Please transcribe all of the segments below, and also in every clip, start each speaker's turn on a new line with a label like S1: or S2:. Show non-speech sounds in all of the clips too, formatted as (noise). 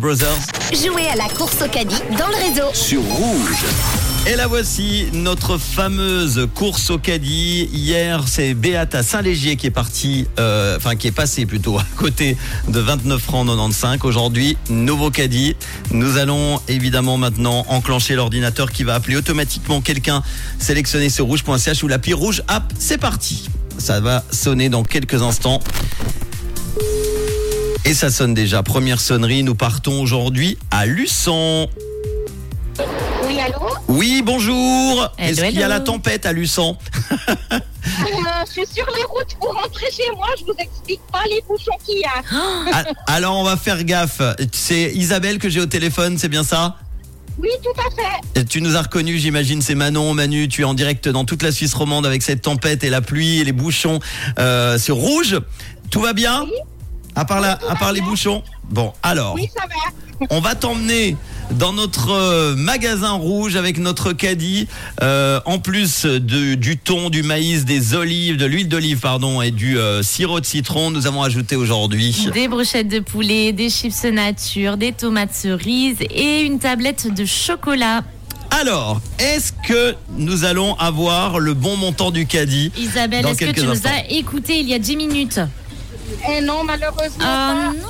S1: Brothers.
S2: Jouez à la course au caddie dans le réseau.
S3: sur Rouge.
S1: Et la voici, notre fameuse course au caddie. Hier, c'est Béata Saint-Légier qui est partie, euh, enfin qui est passée plutôt (laughs) à côté de 29 francs 95. Aujourd'hui, nouveau caddie. Nous allons évidemment maintenant enclencher l'ordinateur qui va appeler automatiquement quelqu'un sélectionné sur rouge.ch ou l'appli rouge app. C'est parti. Ça va sonner dans quelques instants. Et ça sonne déjà. Première sonnerie. Nous partons aujourd'hui à Luçon.
S4: Oui, allô
S1: Oui, bonjour.
S5: Hello,
S1: Est-ce qu'il y a
S5: hello.
S1: la tempête à Luçon
S4: Euh, Je suis sur les routes pour rentrer chez moi. Je vous explique pas les bouchons qu'il y a.
S1: Ah, Alors on va faire gaffe. C'est Isabelle que j'ai au téléphone, c'est bien ça
S4: Oui, tout à fait.
S1: Et Tu nous as reconnu, j'imagine, c'est Manon, Manu, tu es en direct dans toute la Suisse romande avec cette tempête et la pluie et les bouchons. Euh, c'est rouge, tout va bien À part, la, à part les bouchons Bon, alors,
S4: Oui, ça va.
S1: on va t'emmener dans notre euh, magasin rouge avec notre caddie. Euh, en plus de- du thon, du maïs, des olives, de l'huile d'olive, pardon, et du euh, sirop de citron, nous avons ajouté aujourd'hui...
S5: Des brochettes de poulet, des chips nature, des tomates cerises et une tablette de chocolat.
S1: Alors, est-ce que nous allons avoir le bon montant du caddie
S5: Isabelle,
S1: Dans
S5: est-ce que
S1: quelques
S5: tu nous
S1: instants.
S5: as écouté il y a 10 minutes
S4: Eh non, malheureusement.
S5: Ah
S4: pas.
S5: non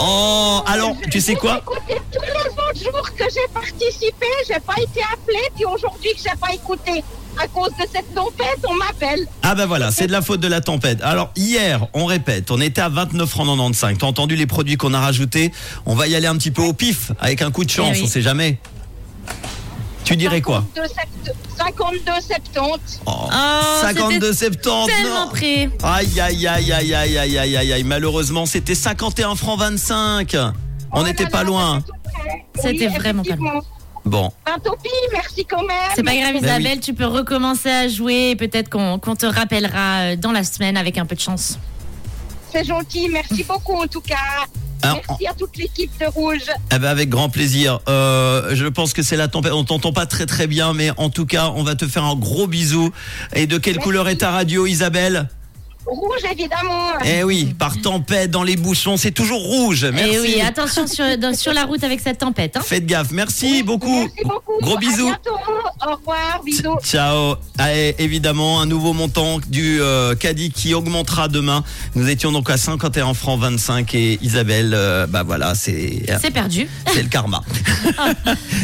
S1: Oh, Euh, alors,
S4: Je-
S1: tu sais
S4: je
S1: quoi
S4: vous écoutais tous les autres jours que j'ai participé. J'ai pas été appelée. Puis aujourd'hui que j'ai pas écouté. À cause de cette tempête, on m'appelle.
S1: Ah ben voilà, c'est de la faute de la tempête. Alors, hier, on répète, on était à 29 francs 95. T'as entendu les produits qu'on a rajoutés On va y aller un petit peu au pif, avec un coup de chance,
S5: Eh oui.
S1: on sait jamais. Tu dirais quoi
S4: 52, sept- 52 70.
S1: oh,
S5: Oh,
S1: 52 septembre
S5: Tellement
S1: non.
S5: près
S1: Aïe, aïe, aïe, aïe, aïe, aïe, aïe, aïe, aïe. Malheureusement, c'était 51 francs 25. On
S4: Oh
S1: n'était
S4: là
S1: pas
S4: là,
S1: loin.
S4: c'est tout près.
S5: C'était vraiment pas
S4: effectivement.
S1: Bon,
S4: Ben, tant pis, merci quand même.
S5: C'est pas grave
S1: Ben
S5: Isabelle, tu peux recommencer à jouer et peut-être qu'on qu'on te rappellera euh, dans la semaine avec un peu de chance.
S4: C'est gentil, merci beaucoup en tout cas.
S1: Hum. Alors,
S4: merci à toute l'équipe de Rouge.
S1: hein, Eh ben avec grand plaisir. Euh, je pense que c'est la tempête. On t'entend pas très très bien, mais en tout cas, on va te faire un gros bisou. Et de quelle
S4: Merci.
S1: couleur est ta radio, Isabelle
S4: Rouge, évidemment.
S1: Eh oui, par tempête, dans les bouchons, c'est toujours rouge. Merci.
S5: Et Mm. Eh oui, attention sur, dans- sur la route avec cette tempête. hein.
S1: Faites gaffe. Merci beaucoup.
S4: Merci beaucoup.
S1: Gros
S4: À
S1: bisous.
S4: bientôt. Au revoir. Bisous.
S1: Ciao. Allez, évidemment, un nouveau montant du euh, caddie qui augmentera demain. Nous étions donc à 51 francs 25 et Isabelle, euh, bah voilà, c'est
S5: C'est perdu.
S1: c'est le karma.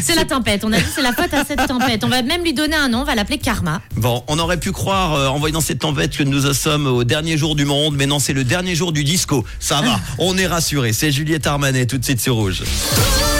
S5: C'est la tempête. On a dit c'est la faute à cette tempête. On va même lui donner un nom, on va l'appeler Karma.
S1: Bon, on aurait pu croire, euh, en voyant cette tempête, que nous en sommes au dernier jour du monde, mais non, c'est
S5: Ah.
S1: le dernier jour du disco. Ça va, on est rassuré. C'est Juliette Armanet, tout de suite sur Rouge.